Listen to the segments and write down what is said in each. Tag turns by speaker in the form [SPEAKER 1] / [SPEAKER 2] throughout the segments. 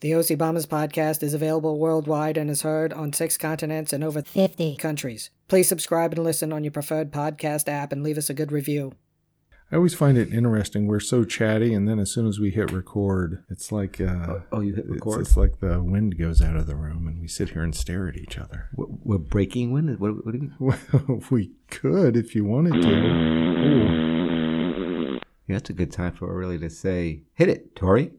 [SPEAKER 1] The OC Bombers podcast is available worldwide and is heard on six continents and over
[SPEAKER 2] 50.
[SPEAKER 1] countries. Please subscribe and listen on your preferred podcast app and leave us a good review.
[SPEAKER 3] I always find it interesting. We're so chatty, and then as soon as we hit record, it's like uh,
[SPEAKER 4] Oh, oh, you hit
[SPEAKER 3] it's-
[SPEAKER 4] record?
[SPEAKER 3] It's, like the wind goes out of the room, and we sit here and stare at each other.
[SPEAKER 4] We're, we're breaking wind. What, what do you?
[SPEAKER 3] Well, we could if you wanted to. Ooh.
[SPEAKER 4] Yeah, that's a good time for Aurelia to say, "Hit it, Tori."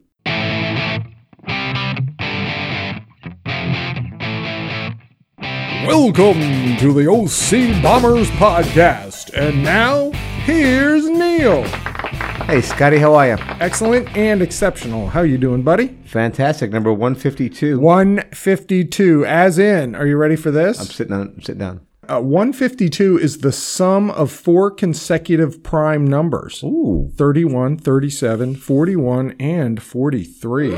[SPEAKER 3] Welcome to the OC Bombers podcast, and now here's Neil.
[SPEAKER 4] Hey, Scotty, how are you?
[SPEAKER 3] Excellent and exceptional. How you doing, buddy?
[SPEAKER 4] Fantastic. Number one fifty-two.
[SPEAKER 3] One fifty-two, as in. Are you ready for this?
[SPEAKER 4] I'm sitting down. I'm sitting down.
[SPEAKER 3] Uh, 152 is the sum of four consecutive prime numbers
[SPEAKER 4] Ooh,
[SPEAKER 3] 31, 37, 41, and 43.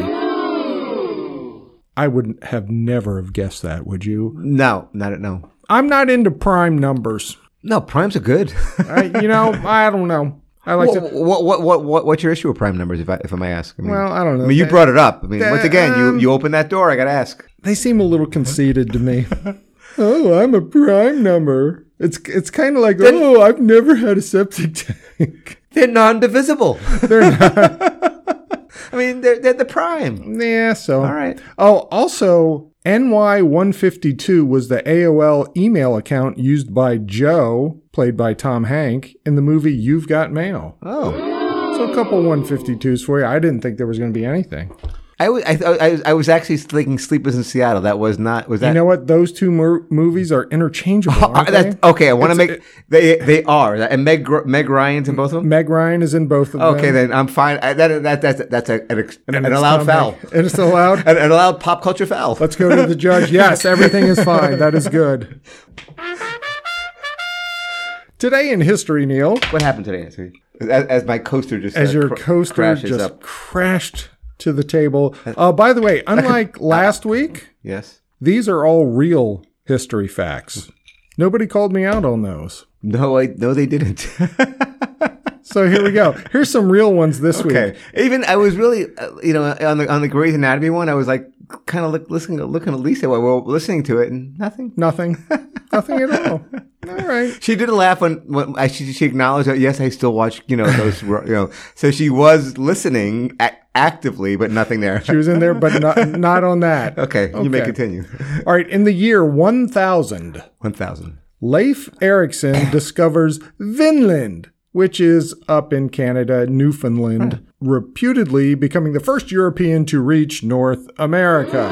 [SPEAKER 3] I would have never have guessed that, would you?
[SPEAKER 4] no, not no.
[SPEAKER 3] I'm not into prime numbers.
[SPEAKER 4] No, primes are good.
[SPEAKER 3] I, you know, I don't know. I like
[SPEAKER 4] what,
[SPEAKER 3] to.
[SPEAKER 4] what, what, what, what, what's your issue with prime numbers? If I, if I may ask. I mean,
[SPEAKER 3] Well, I don't know.
[SPEAKER 4] I mean, you
[SPEAKER 3] They-
[SPEAKER 4] brought it up. I mean, once again,
[SPEAKER 3] um,
[SPEAKER 4] you you opened that door. I got to ask.
[SPEAKER 3] They seem a little conceited to me. oh, I'm a prime number. It's it's kind of like oh, I've never had a septic tank.
[SPEAKER 4] They're non-divisible. they're not. I mean, they're they're the prime.
[SPEAKER 3] yeah, so
[SPEAKER 4] All right.
[SPEAKER 3] Oh, also, NY152 was the AOL email account used by Joe, played by Tom Hank, in the movie You've Got Mail.
[SPEAKER 4] Oh,
[SPEAKER 3] So a couple 152s for you. I didn't think there was going to be anything.
[SPEAKER 4] I was I, I, was- I was actually thinking "Sleepers in Seattle." That was not was that.
[SPEAKER 3] You know what? Those two mo- movies are interchangeable.
[SPEAKER 4] Uh,
[SPEAKER 3] Aren't
[SPEAKER 4] that's-
[SPEAKER 3] they?
[SPEAKER 4] okay, I want to
[SPEAKER 3] It's-
[SPEAKER 4] make they they are and Meg Gr- Meg Ryan's in both of them.
[SPEAKER 3] Meg Ryan is in both of them.
[SPEAKER 4] Okay, then I'm fine. I, that, that that's that's a, an, ex- an,
[SPEAKER 3] And it's
[SPEAKER 4] allowed
[SPEAKER 3] Tom
[SPEAKER 4] foul,
[SPEAKER 3] Hank. And it's allowed.
[SPEAKER 4] an, an allowed pop culture foul.
[SPEAKER 3] Let's go to the judge. Yes, everything is fine. That is good. Today in history, Neil.
[SPEAKER 4] What happened today? Anthony? As, as my coaster just
[SPEAKER 3] as
[SPEAKER 4] uh,
[SPEAKER 3] your
[SPEAKER 4] cr-
[SPEAKER 3] coaster
[SPEAKER 4] crashes
[SPEAKER 3] just
[SPEAKER 4] up.
[SPEAKER 3] crashed to the table. Uh, by the way, unlike last week,
[SPEAKER 4] Yes.
[SPEAKER 3] these are all real history facts. Nobody called me out on those.
[SPEAKER 4] No, I no they didn't.
[SPEAKER 3] So here we go. Here's some real ones this
[SPEAKER 4] okay.
[SPEAKER 3] week.
[SPEAKER 4] Even I was really uh, you know on the on the Grey's Anatomy one, I was like kind of look, listening looking at Lisa while we we're listening to it and nothing.
[SPEAKER 3] Nothing. Nothing at all. All right.
[SPEAKER 4] She did laugh when, when I, she, she acknowledged that yes, I still watch you know those you know. So she was listening ac actively, but nothing there.
[SPEAKER 3] She was in there, but not, not on that.
[SPEAKER 4] okay, you may
[SPEAKER 3] Okay.
[SPEAKER 4] continue.
[SPEAKER 3] All right. In the year 1000,
[SPEAKER 4] One thousand.
[SPEAKER 3] Leif Erikson discovers Vinland, which is up in Canada, Newfoundland, reputedly becoming the first European to reach North America.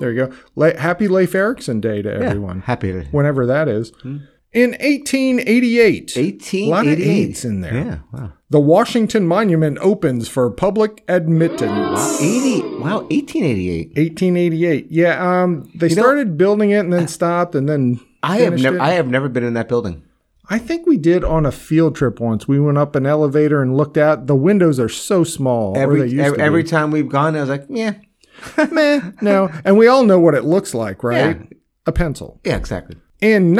[SPEAKER 3] There you go. Le- Happy Leif Erikson Day to everyone,
[SPEAKER 4] Happy to
[SPEAKER 3] whenever that is. In 1888,
[SPEAKER 4] Hmm. eighteen.
[SPEAKER 3] a lot of eights in there.
[SPEAKER 4] Yeah. Wow.
[SPEAKER 3] The Washington Monument opens for public admittance.
[SPEAKER 4] Eighty. Wow. Eighteen eighty-eight.
[SPEAKER 3] 1888. Yeah, um, they
[SPEAKER 4] know-
[SPEAKER 3] started building it and then stopped and then.
[SPEAKER 4] I have
[SPEAKER 3] finished
[SPEAKER 4] never.
[SPEAKER 3] it.
[SPEAKER 4] I have never been in that building.
[SPEAKER 3] I think we did on a field trip once. We went up an elevator and looked out. The windows are so small. or they
[SPEAKER 4] Every
[SPEAKER 3] used
[SPEAKER 4] every,
[SPEAKER 3] to
[SPEAKER 4] every
[SPEAKER 3] be.
[SPEAKER 4] time we've gone, I was like, yeah,
[SPEAKER 3] Meh, no. And we all know what it looks like, right?
[SPEAKER 4] Yeah.
[SPEAKER 3] A pencil.
[SPEAKER 4] yeah, exactly.
[SPEAKER 3] In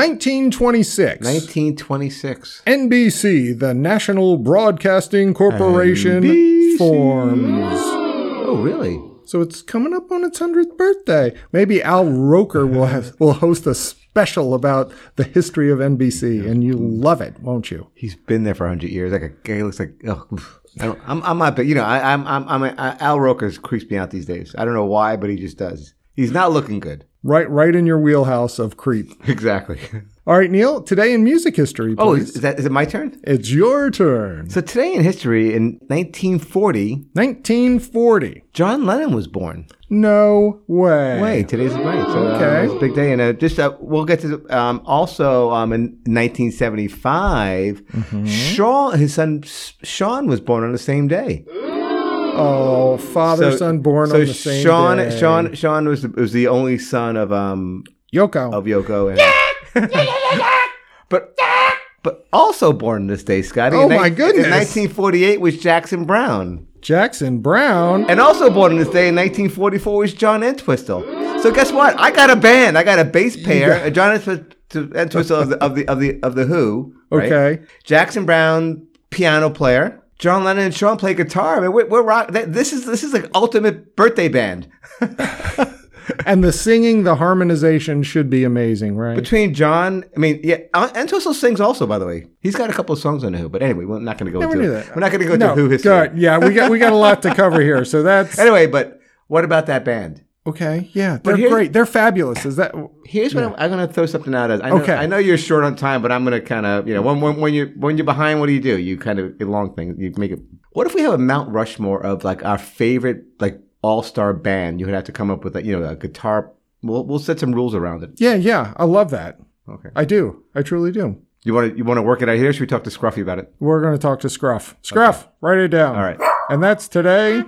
[SPEAKER 3] 1926,
[SPEAKER 4] Nineteen twenty-six.
[SPEAKER 3] NBC, the National Broadcasting Corporation,
[SPEAKER 4] NBC.
[SPEAKER 3] forms.
[SPEAKER 4] Oh, really?
[SPEAKER 3] So it's coming up on its 100th birthday. Maybe Al Roker will have, will host a special about the history of NBC, and you love it, won't you?
[SPEAKER 4] He's been there for hundred years. Like a guy looks like. Oh, I don't, I'm, I'm not, but you know, I, I'm, I'm, I'm. I, Al Roker's creeps me out these days. I don't know why, but he just does. He's not looking good.
[SPEAKER 3] Right, right in your wheelhouse of creep.
[SPEAKER 4] Exactly.
[SPEAKER 3] All right, Neil, today in music history,
[SPEAKER 4] Oh,
[SPEAKER 3] please.
[SPEAKER 4] is, is that is it my turn?
[SPEAKER 3] it's your turn.
[SPEAKER 4] So today in history, in 1940,
[SPEAKER 3] 1940.
[SPEAKER 4] John Lennon was born.
[SPEAKER 3] No way.
[SPEAKER 4] Wait, today's right. So, um,
[SPEAKER 3] Okay.
[SPEAKER 4] it's a big day, and uh, just uh, we'll get to um, also um, in 1975, Sean, his son S- Sean was born on the same day.
[SPEAKER 3] Oh, father,
[SPEAKER 4] So-
[SPEAKER 3] son born
[SPEAKER 4] so
[SPEAKER 3] on the same
[SPEAKER 4] Sean,
[SPEAKER 3] day.
[SPEAKER 4] Sean, Sean was the, was the only son of um
[SPEAKER 3] Yoko.
[SPEAKER 4] of Yoko and. but but also born this day, Scotty.
[SPEAKER 3] Oh,
[SPEAKER 4] in
[SPEAKER 3] my
[SPEAKER 4] nine-
[SPEAKER 3] goodness.
[SPEAKER 4] In 1948 was Jackson Brown.
[SPEAKER 3] Jackson Brown.
[SPEAKER 4] And also born on this day in 1944 was John Entwistle. So guess what? I got a band. I got a bass pair. uh, John Entwist- Entwistle of the of the of the of the Who. right?
[SPEAKER 3] Okay.
[SPEAKER 4] Jackson Brown, piano player. John Lennon and Sean play guitar. Man, we're, we're rock. That, this is this is like ultimate birthday band.
[SPEAKER 3] And the singing, the harmonization should be amazing, right?
[SPEAKER 4] Between John, I mean, yeah, uh, and Tosso sings also. By the way, he's got a couple of songs on the Who. But anyway, we're not going to go
[SPEAKER 3] Never
[SPEAKER 4] into
[SPEAKER 3] knew
[SPEAKER 4] it.
[SPEAKER 3] that.
[SPEAKER 4] We're not going to go
[SPEAKER 3] no,
[SPEAKER 4] into Who history.
[SPEAKER 3] good. Yeah, we got we got a lot to cover here. So that's
[SPEAKER 4] Anyway, but what about that band?
[SPEAKER 3] okay. Yeah, they're
[SPEAKER 4] here-
[SPEAKER 3] great. They're fabulous. Is that
[SPEAKER 4] Here's what I'm, I'm going to throw something out as. I know,
[SPEAKER 3] Okay.
[SPEAKER 4] I know you're short on time, but I'm going to kind of you know when when when you when you're behind, what do you do? You kind of elong things. You make it. What if we have a Mount Rushmore of like our favorite like all star band? You would have to come up with a you know a guitar. We'll we'll set some rules around it.
[SPEAKER 3] Yeah, yeah. I love that.
[SPEAKER 4] Okay.
[SPEAKER 3] I do. I truly do.
[SPEAKER 4] You want to you want to work it out here? Should we talk to Scruffy about it?
[SPEAKER 3] We're going to talk to Scruff. Scruff, write it down.
[SPEAKER 4] All right.
[SPEAKER 3] And that's today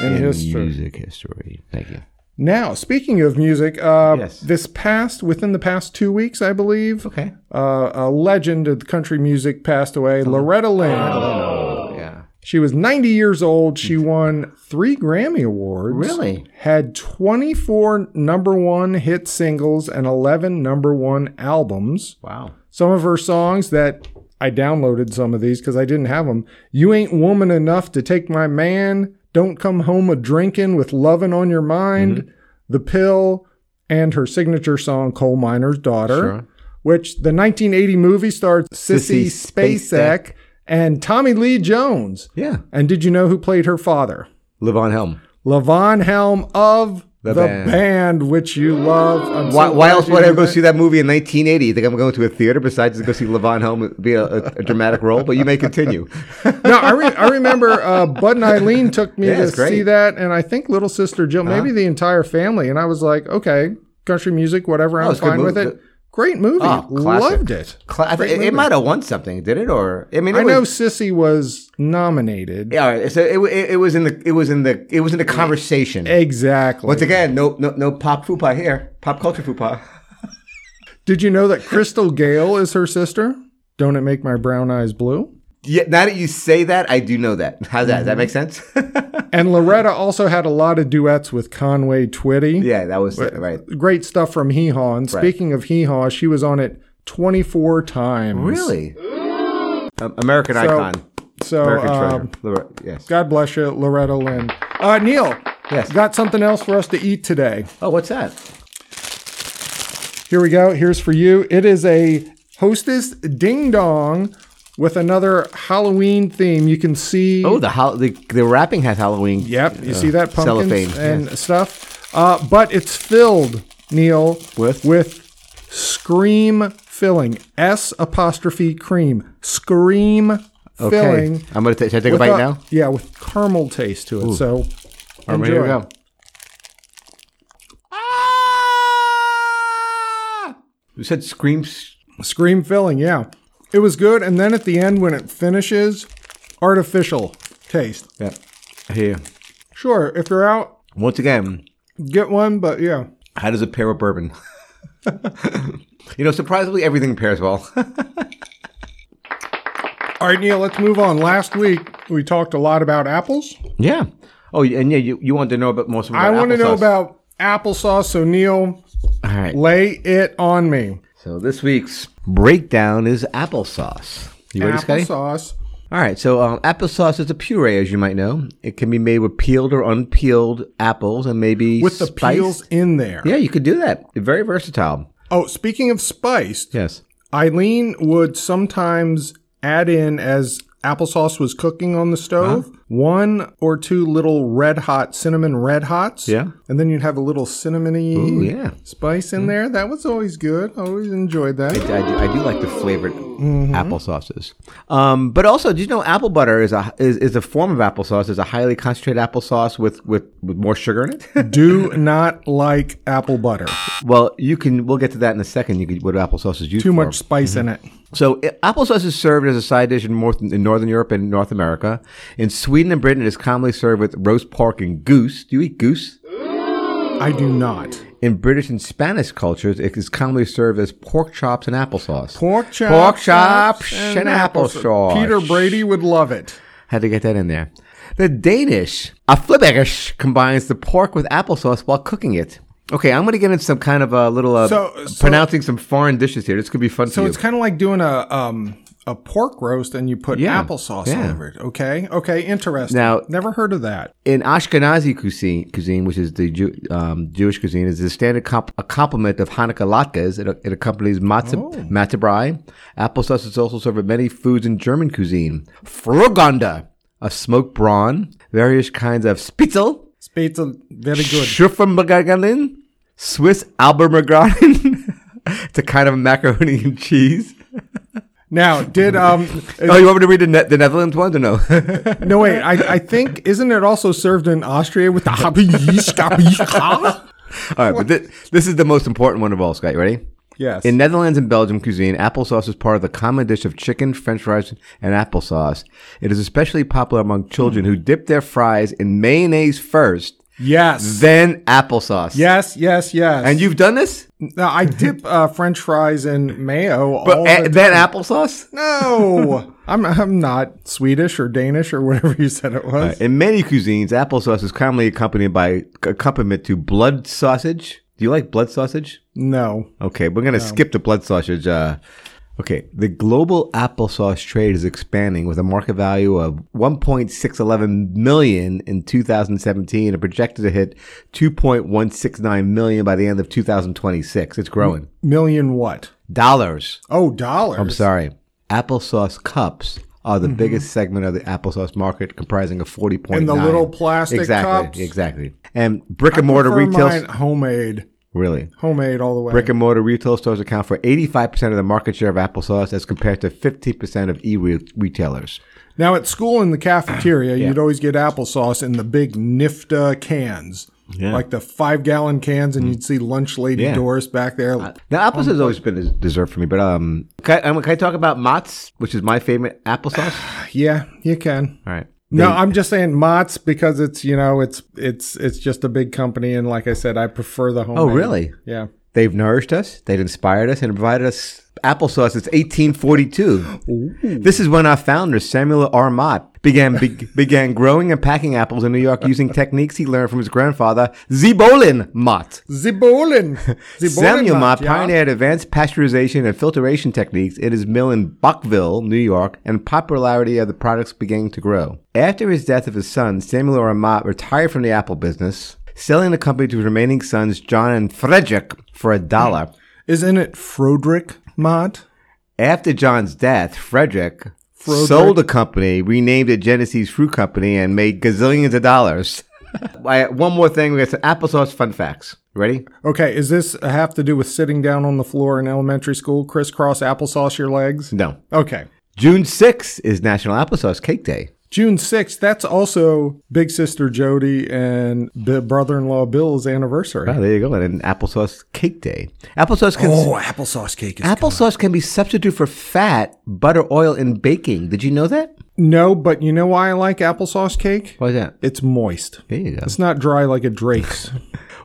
[SPEAKER 3] in history.
[SPEAKER 4] Music history. Thank you.
[SPEAKER 3] Now, speaking of music, uh,
[SPEAKER 4] Yes.
[SPEAKER 3] this past, within the past two weeks, I believe,
[SPEAKER 4] Okay.
[SPEAKER 3] uh, a legend of country music passed away, Loretta Lynn.
[SPEAKER 4] Oh, Yeah.
[SPEAKER 3] She was 90 years old. She won three Grammy Awards.
[SPEAKER 4] Mm-hmm. Really?
[SPEAKER 3] Had 24 number one hit singles and 11 number one albums.
[SPEAKER 4] Wow.
[SPEAKER 3] some of her songs that I downloaded some of these because I didn't have them. You ain't woman enough to take my man. Don't come home a drinking with lovin' on your mind.
[SPEAKER 4] Mm-hmm.
[SPEAKER 3] The pill, and her signature song "Coal Miner's Daughter,"
[SPEAKER 4] Sure.
[SPEAKER 3] which the 1980 movie stars Sissy,
[SPEAKER 4] Sissy
[SPEAKER 3] Spacek,
[SPEAKER 4] Spacek.
[SPEAKER 3] and Tommy Lee Jones.
[SPEAKER 4] Yeah.
[SPEAKER 3] And did you know who played her father?
[SPEAKER 4] Levon Helm.
[SPEAKER 3] Levon Helm of the,
[SPEAKER 4] The
[SPEAKER 3] band.
[SPEAKER 4] Band.
[SPEAKER 3] which you love. I'm so
[SPEAKER 4] Why, why
[SPEAKER 3] glad
[SPEAKER 4] else
[SPEAKER 3] you
[SPEAKER 4] would I
[SPEAKER 3] knew
[SPEAKER 4] go
[SPEAKER 3] that.
[SPEAKER 4] see that movie in 1980? You think I'm going to a theater besides to go see Levon Helm be a, a, a dramatic role? But you may continue.
[SPEAKER 3] no, I, re- I remember uh, Bud and Eileen took me
[SPEAKER 4] Yeah,
[SPEAKER 3] to
[SPEAKER 4] it's great. Uh-huh.
[SPEAKER 3] see that, and I think little sister Jill, maybe the entire family, and I was like, okay, country music, whatever, I'm
[SPEAKER 4] Oh, it's a good
[SPEAKER 3] fine with
[SPEAKER 4] movie.
[SPEAKER 3] it. Great movie,
[SPEAKER 4] Oh, classic.
[SPEAKER 3] loved it.
[SPEAKER 4] Cla- I think it, it might have won something, did it? Or I mean, it
[SPEAKER 3] I know
[SPEAKER 4] Was,
[SPEAKER 3] Sissy was nominated.
[SPEAKER 4] yeah, all right. So it, it, it was in the it was in the it was in the conversation.
[SPEAKER 3] Exactly.
[SPEAKER 4] Once again, no no no pop fupa here. Pop culture fupa.
[SPEAKER 3] Did you know that Crystal Gale is her sister? Don't it make my brown eyes blue?
[SPEAKER 4] Yeah. Now that you say that, I do know that. How's that? Does that make sense?
[SPEAKER 3] And Loretta also had a lot of duets with Conway Twitty.
[SPEAKER 4] yeah, that was right.
[SPEAKER 3] Great stuff from Hee Haw. And speaking of Hee Haw, she was on it 24 times.
[SPEAKER 4] Really? Um, American icon.
[SPEAKER 3] So,
[SPEAKER 4] American
[SPEAKER 3] um,
[SPEAKER 4] treasure. Lore- yes.
[SPEAKER 3] God bless you, Loretta Lynn. Uh, Neil,
[SPEAKER 4] Yes.
[SPEAKER 3] got something else for us to eat today.
[SPEAKER 4] Oh, what's that?
[SPEAKER 3] Here we go. Here's for you. It is a Hostess Ding Dong with another Halloween theme. You can see.
[SPEAKER 4] Oh, the how the, the wrapping has Halloween.
[SPEAKER 3] yep. You see that pumpkin
[SPEAKER 4] cellophane,
[SPEAKER 3] and stuff. Uh, but it's filled, Neil,
[SPEAKER 4] With?
[SPEAKER 3] with scream filling. S apostrophe cream. Scream filling.
[SPEAKER 4] I'm gonna ta- should I take
[SPEAKER 3] with
[SPEAKER 4] a bite
[SPEAKER 3] a-
[SPEAKER 4] now.
[SPEAKER 3] Yeah, with caramel taste to it. So
[SPEAKER 4] I'm ready to
[SPEAKER 3] enjoy.
[SPEAKER 4] go. Ah! You said screams.
[SPEAKER 3] Scream filling, yeah. It was good. And then at the end, when it finishes, artificial taste.
[SPEAKER 4] Yeah. Here.
[SPEAKER 3] Sure, if you're out,
[SPEAKER 4] Once again,
[SPEAKER 3] get one, but yeah.
[SPEAKER 4] how does it pair with bourbon? you know, surprisingly, everything pairs well.
[SPEAKER 3] All right, Neil, let's move on. Last week, we talked a lot about apples.
[SPEAKER 4] yeah. Oh, and yeah, you, you wanted to know about most of
[SPEAKER 3] I want to know
[SPEAKER 4] applesauce.
[SPEAKER 3] about applesauce. So, Neil,
[SPEAKER 4] All right.
[SPEAKER 3] lay it on me.
[SPEAKER 4] So this week's breakdown is applesauce. You ready, Scotty?
[SPEAKER 3] applesauce.
[SPEAKER 4] All right, so um, applesauce is a puree, as you might know. It can be made with peeled or unpeeled apples, and maybe
[SPEAKER 3] With the
[SPEAKER 4] spiced.
[SPEAKER 3] peels in there.
[SPEAKER 4] Yeah, you could do that. Very versatile.
[SPEAKER 3] Oh, speaking of spiced,
[SPEAKER 4] Yes.
[SPEAKER 3] Eileen would sometimes add in as applesauce was cooking on the stove
[SPEAKER 4] Uh-huh.
[SPEAKER 3] one or two little red hot cinnamon red hots.
[SPEAKER 4] Yeah.
[SPEAKER 3] And then you'd have a little cinnamony
[SPEAKER 4] Ooh, yeah. Mm-hmm.
[SPEAKER 3] spice in there. That was always good. Always enjoyed that.
[SPEAKER 4] I do, I do like the flavored
[SPEAKER 3] Mm-hmm.
[SPEAKER 4] applesauces. Um, but also, do you know apple butter is a is, is a form of applesauce? Is a highly concentrated applesauce with with, with more sugar in it.
[SPEAKER 3] do not like apple butter.
[SPEAKER 4] well, you can. We'll get to that in a second. You could what applesauce is used
[SPEAKER 3] Too
[SPEAKER 4] for.
[SPEAKER 3] much spice in
[SPEAKER 4] Mm-hmm.
[SPEAKER 3] it.
[SPEAKER 4] So eh, i- applesauce is served as a side dish in, North, in Northern Europe and North America. In Sweden and Britain, it is commonly served with roast pork and goose. Do you eat goose?
[SPEAKER 3] I do not.
[SPEAKER 4] In British and Spanish cultures, it is commonly served as pork chops and applesauce.
[SPEAKER 3] Pork chops.
[SPEAKER 4] Pork chops and applesauce.
[SPEAKER 3] Peter Brady would love it.
[SPEAKER 4] Had to get that in there. The Danish, a flibbergish, combines the pork with applesauce while cooking it. Okay, I'm going to get into some kind of a little uh,
[SPEAKER 3] So- so-
[SPEAKER 4] pronouncing some foreign dishes here. This could be fun
[SPEAKER 3] So
[SPEAKER 4] to you.
[SPEAKER 3] it's kind of like doing a um a pork roast and you put
[SPEAKER 4] Yeah.
[SPEAKER 3] applesauce
[SPEAKER 4] Yeah.
[SPEAKER 3] over it. Okay. Okay. Interesting.
[SPEAKER 4] Now-
[SPEAKER 3] never heard of that.
[SPEAKER 4] in Ashkenazi cuisine, cuisine which is the Jew, um, Jewish cuisine, is the standard comp- a complement of Hanukkah latkes. It, it accompanies matzah,
[SPEAKER 3] Oh.
[SPEAKER 4] matzah brie. Applesauce is also served with many foods in German cuisine. Froganda, a smoked brawn, various kinds of spitzel,
[SPEAKER 3] Spades are very good.
[SPEAKER 4] Schuffermagagalin, Swiss Albermagraden. it's a kind of macaroni and cheese.
[SPEAKER 3] Now, did um
[SPEAKER 4] Oh, you want me to read the, ne- the Netherlands one or no?
[SPEAKER 3] no wait, I, I think isn't it also served in Austria with the happy
[SPEAKER 4] all right, but thi- this is the most important one of all, Scott. You ready?
[SPEAKER 3] Yes.
[SPEAKER 4] In Netherlands and Belgium cuisine, applesauce is part of the common dish of chicken, french fries, and applesauce. It is especially popular among children who dip their fries in mayonnaise first,
[SPEAKER 3] yes.
[SPEAKER 4] then applesauce.
[SPEAKER 3] Yes, yes, yes.
[SPEAKER 4] And you've done this?
[SPEAKER 3] now, I dip uh, French fries in mayo
[SPEAKER 4] But eh,
[SPEAKER 3] all
[SPEAKER 4] a-
[SPEAKER 3] the
[SPEAKER 4] then applesauce?
[SPEAKER 3] No, I'm I'm not Swedish or Danish or whatever you said it was.
[SPEAKER 4] In many cuisines, applesauce is commonly accompanied by accompaniment to blood sausage. Do you like blood sausage?
[SPEAKER 3] No,
[SPEAKER 4] Okay, we're
[SPEAKER 3] Um,
[SPEAKER 4] gonna skip the blood sausage. Uh, okay, the global applesauce trade is expanding with a market value of 1.611 million in 2017 and projected to hit 2.169 million by the end of 2026. It's growing.
[SPEAKER 3] million what?
[SPEAKER 4] Dollars.
[SPEAKER 3] Oh, dollars.
[SPEAKER 4] I'm sorry. Applesauce cups are the biggest segment of the applesauce market, comprising of 40.9.
[SPEAKER 3] Mm-hmm. And the little plastic
[SPEAKER 4] exactly,
[SPEAKER 3] cups?
[SPEAKER 4] Exactly. And brick and mortar
[SPEAKER 3] Prefer
[SPEAKER 4] retail.
[SPEAKER 3] mine homemade,
[SPEAKER 4] Really.
[SPEAKER 3] homemade all the way.
[SPEAKER 4] Brick and mortar retail stores account for 85% of the market share of applesauce as compared to 15% of e retailers.
[SPEAKER 3] now at school in the cafeteria, you'd always get applesauce in the big Nifta cans, like the five gallon cans, and you'd see lunch lady
[SPEAKER 4] Mm. Yeah.
[SPEAKER 3] Doris back there.
[SPEAKER 4] Now, applesauce has always been a dessert for me, but um, can I, um, can I talk about Mott's, which is my favorite applesauce?
[SPEAKER 3] yeah, you can.
[SPEAKER 4] All right.
[SPEAKER 3] No, I'm just saying Mott's because it's you know it's it's it's just a big company, and like I said, I prefer the homemade.
[SPEAKER 4] Oh, really?
[SPEAKER 3] Yeah.
[SPEAKER 4] They've nourished us, they've inspired us, and provided us applesauce since 1842. This is when our founder, Samuel R. Mott, began, be- began growing and packing apples in New York using techniques he learned from his grandfather, Zebolin Mott.
[SPEAKER 3] Zibolin.
[SPEAKER 4] Samuel Mott pioneered advanced pasteurization and filtration techniques at his mill in Buckville, New York, and popularity of the products began to grow. After his death of his son, Samuel R. Mott retired from the apple business, selling the company to his remaining sons, John and Frederick, for a dollar.
[SPEAKER 3] Isn't it Frodrick Mott?
[SPEAKER 4] After John's death, Frederick
[SPEAKER 3] Frederick.
[SPEAKER 4] sold the company, renamed it Genesee's Fruit Company, and made gazillions of dollars. I- One more thing, we got some applesauce fun facts. Ready?
[SPEAKER 3] Okay, is this have to do with sitting down on the floor in elementary school, crisscross applesauce your legs?
[SPEAKER 4] No.
[SPEAKER 3] Okay.
[SPEAKER 4] June 6th is National Applesauce Cake Day.
[SPEAKER 3] June 6th, that's also Big Sister Jody and B- brother in law Bill's anniversary.
[SPEAKER 4] Oh, there you go. And an applesauce cake day. Applesauce can
[SPEAKER 3] Oh, applesauce cake is.
[SPEAKER 4] applesauce can be substitute for fat, butter, oil in baking. Did you know that?
[SPEAKER 3] No, but you know why I like applesauce cake?
[SPEAKER 4] Why is that?
[SPEAKER 3] It's moist.
[SPEAKER 4] There you go.
[SPEAKER 3] It's not dry like a Drake's.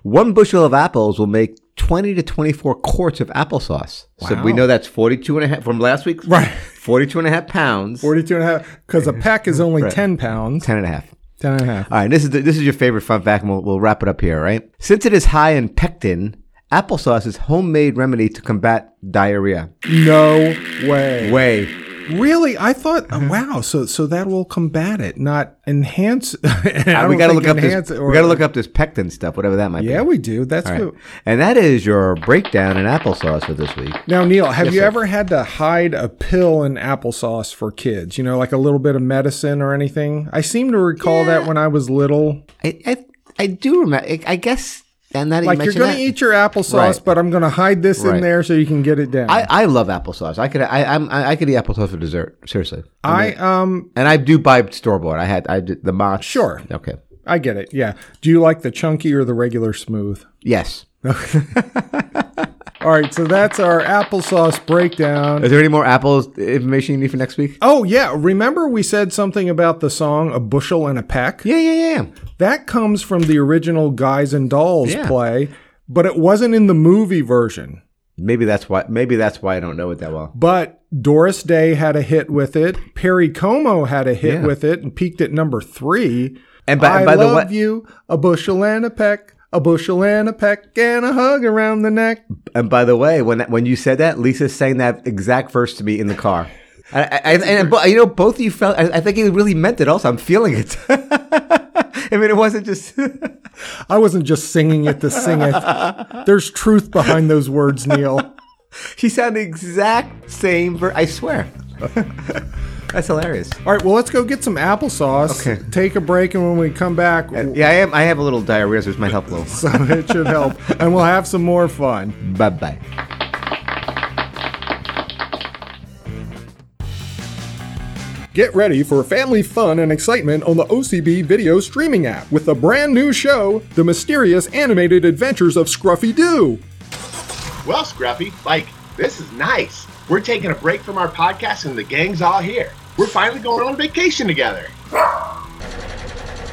[SPEAKER 4] One bushel of apples will make 20 to 24 quarts of applesauce. So we know that's 42 and a half from last week.
[SPEAKER 3] Right.
[SPEAKER 4] 42 and a half pounds.
[SPEAKER 3] 42 and a half, because a pack is only 10 pounds.
[SPEAKER 4] 10 and a half.
[SPEAKER 3] 10 and a half.
[SPEAKER 4] All right, this is the, this is your favorite fun fact, and we'll, we'll wrap it up here. all Right, since it is high in pectin, applesauce is homemade remedy to combat diarrhea.
[SPEAKER 3] No way.
[SPEAKER 4] Way
[SPEAKER 3] Really, I thought,
[SPEAKER 4] Mm-hmm.
[SPEAKER 3] oh, wow. So, so that will combat it, not enhance.
[SPEAKER 4] Uh, we got to look up this. we got to look up this pectin stuff, whatever that might
[SPEAKER 3] Yeah,
[SPEAKER 4] be.
[SPEAKER 3] we do. That's
[SPEAKER 4] All right.
[SPEAKER 3] what-
[SPEAKER 4] And that is your breakdown in applesauce for this week.
[SPEAKER 3] Now, Neil, have you ever had to hide a pill in applesauce for kids? You know, like a little bit of medicine or anything. I seem to recall that when I was little.
[SPEAKER 4] I I, I do remember. I, I guess. And that
[SPEAKER 3] Like
[SPEAKER 4] you
[SPEAKER 3] you're
[SPEAKER 4] mentioned
[SPEAKER 3] going
[SPEAKER 4] that-
[SPEAKER 3] to eat your applesauce,
[SPEAKER 4] Right.
[SPEAKER 3] but I'm going to hide this in
[SPEAKER 4] Right.
[SPEAKER 3] there so you can get it down.
[SPEAKER 4] I, I love applesauce. I could I I'm, I I could eat applesauce for dessert. Seriously.
[SPEAKER 3] I um,
[SPEAKER 4] And I do buy store bought. I had I did the mock.
[SPEAKER 3] Sure.
[SPEAKER 4] Okay.
[SPEAKER 3] I get it. Yeah. Do you like the chunky or the regular smooth?
[SPEAKER 4] Yes.
[SPEAKER 3] All right, so that's our applesauce breakdown.
[SPEAKER 4] Is there any more apples information you need for next week?
[SPEAKER 3] Oh yeah, remember we said something about the song "A Bushel and a Peck."
[SPEAKER 4] Yeah, yeah, yeah.
[SPEAKER 3] That comes from the original Guys and Dolls
[SPEAKER 4] Yeah.
[SPEAKER 3] play, but it wasn't in the movie version.
[SPEAKER 4] Maybe that's why. Maybe that's why I don't know it that well.
[SPEAKER 3] But Doris Day had a hit with it. Perry Como had a hit
[SPEAKER 4] Yeah.
[SPEAKER 3] with it and peaked at number three.
[SPEAKER 4] And by,
[SPEAKER 3] I
[SPEAKER 4] and by the way,
[SPEAKER 3] love you, a bushel and a peck, a bushel and a peck, and a hug around the neck.
[SPEAKER 4] And by the way, when when you said that, Lisa sang that exact verse to me in the car. I, I, and, and bo- you know, both of you felt. I, I think he really meant it. Also, I'm feeling it. I mean, it wasn't just.
[SPEAKER 3] I wasn't just singing it to sing it. There's truth behind those words, Neil.
[SPEAKER 4] she sounded the exact same. Ver- I swear. That's hilarious.
[SPEAKER 3] All right, well, let's go get some applesauce.
[SPEAKER 4] Okay. Uh,
[SPEAKER 3] Take a break, and when we come back,
[SPEAKER 4] Yeah, I am. I have a little diarrhea, so this might help a little.
[SPEAKER 3] so it should help. And we'll have some more fun.
[SPEAKER 4] bye bye.
[SPEAKER 3] Get ready for family fun and excitement on the OCB video streaming app with the brand new show, The Mysterious Animated Adventures of Scruffy Doo.
[SPEAKER 2] Well, Scruffy, like, this is nice. We're taking a break from our podcast and the gang's all here. We're finally going on vacation together.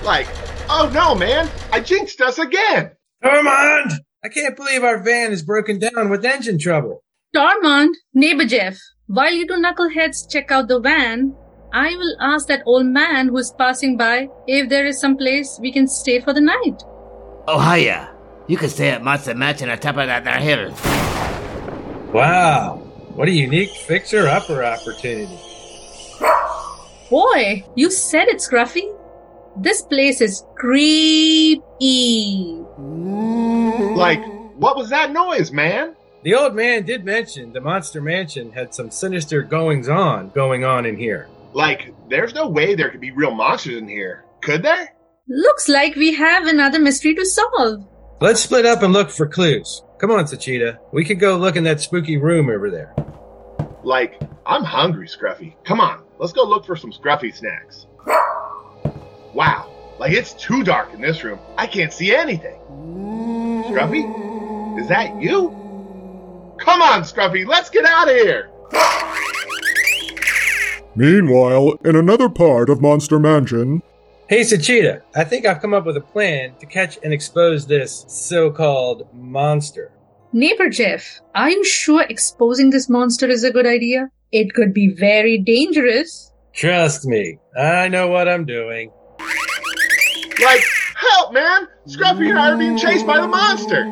[SPEAKER 2] Like, oh no, man, I jinxed us again.
[SPEAKER 5] Armand! I can't believe our van is broken down with engine trouble.
[SPEAKER 6] Dormont, neighbor Jeff, while you two knuckleheads check out the van, I will ask that old man who's passing by if there is some place we can stay for the night.
[SPEAKER 7] Oh, hiya. You can stay at Monster Mansion on top of that there hill.
[SPEAKER 5] Wow. What a unique fixer upper opportunity.
[SPEAKER 6] Boy, you said it, Scruffy. This place is creepy.
[SPEAKER 2] Like, what was that noise, man?
[SPEAKER 5] The old man did mention the Monster Mansion had some sinister goings on going on in here.
[SPEAKER 2] Like, there's no way there could be real monsters in here. Could there?
[SPEAKER 6] Looks like we have another mystery to solve.
[SPEAKER 5] Let's split up and look for clues. Come on, Sachita. We could go look in that spooky room over there.
[SPEAKER 2] Like, I'm hungry, Scruffy. Come on, let's go look for some Scruffy snacks. Wow, like it's too dark in this room. I can't see anything. Scruffy, is that you? Come on, Scruffy, let's get out of here.
[SPEAKER 3] Meanwhile, in another part of Monster Mansion,
[SPEAKER 5] Hey, Sachita. I think I've come up with a plan to catch and expose this so called monster.
[SPEAKER 6] Neighbor Jeff, are you sure exposing this monster is a good idea? It could be very dangerous.
[SPEAKER 5] Trust me, I know what I'm doing.
[SPEAKER 2] Like, help, man! Scruffy and I are being chased by the monster.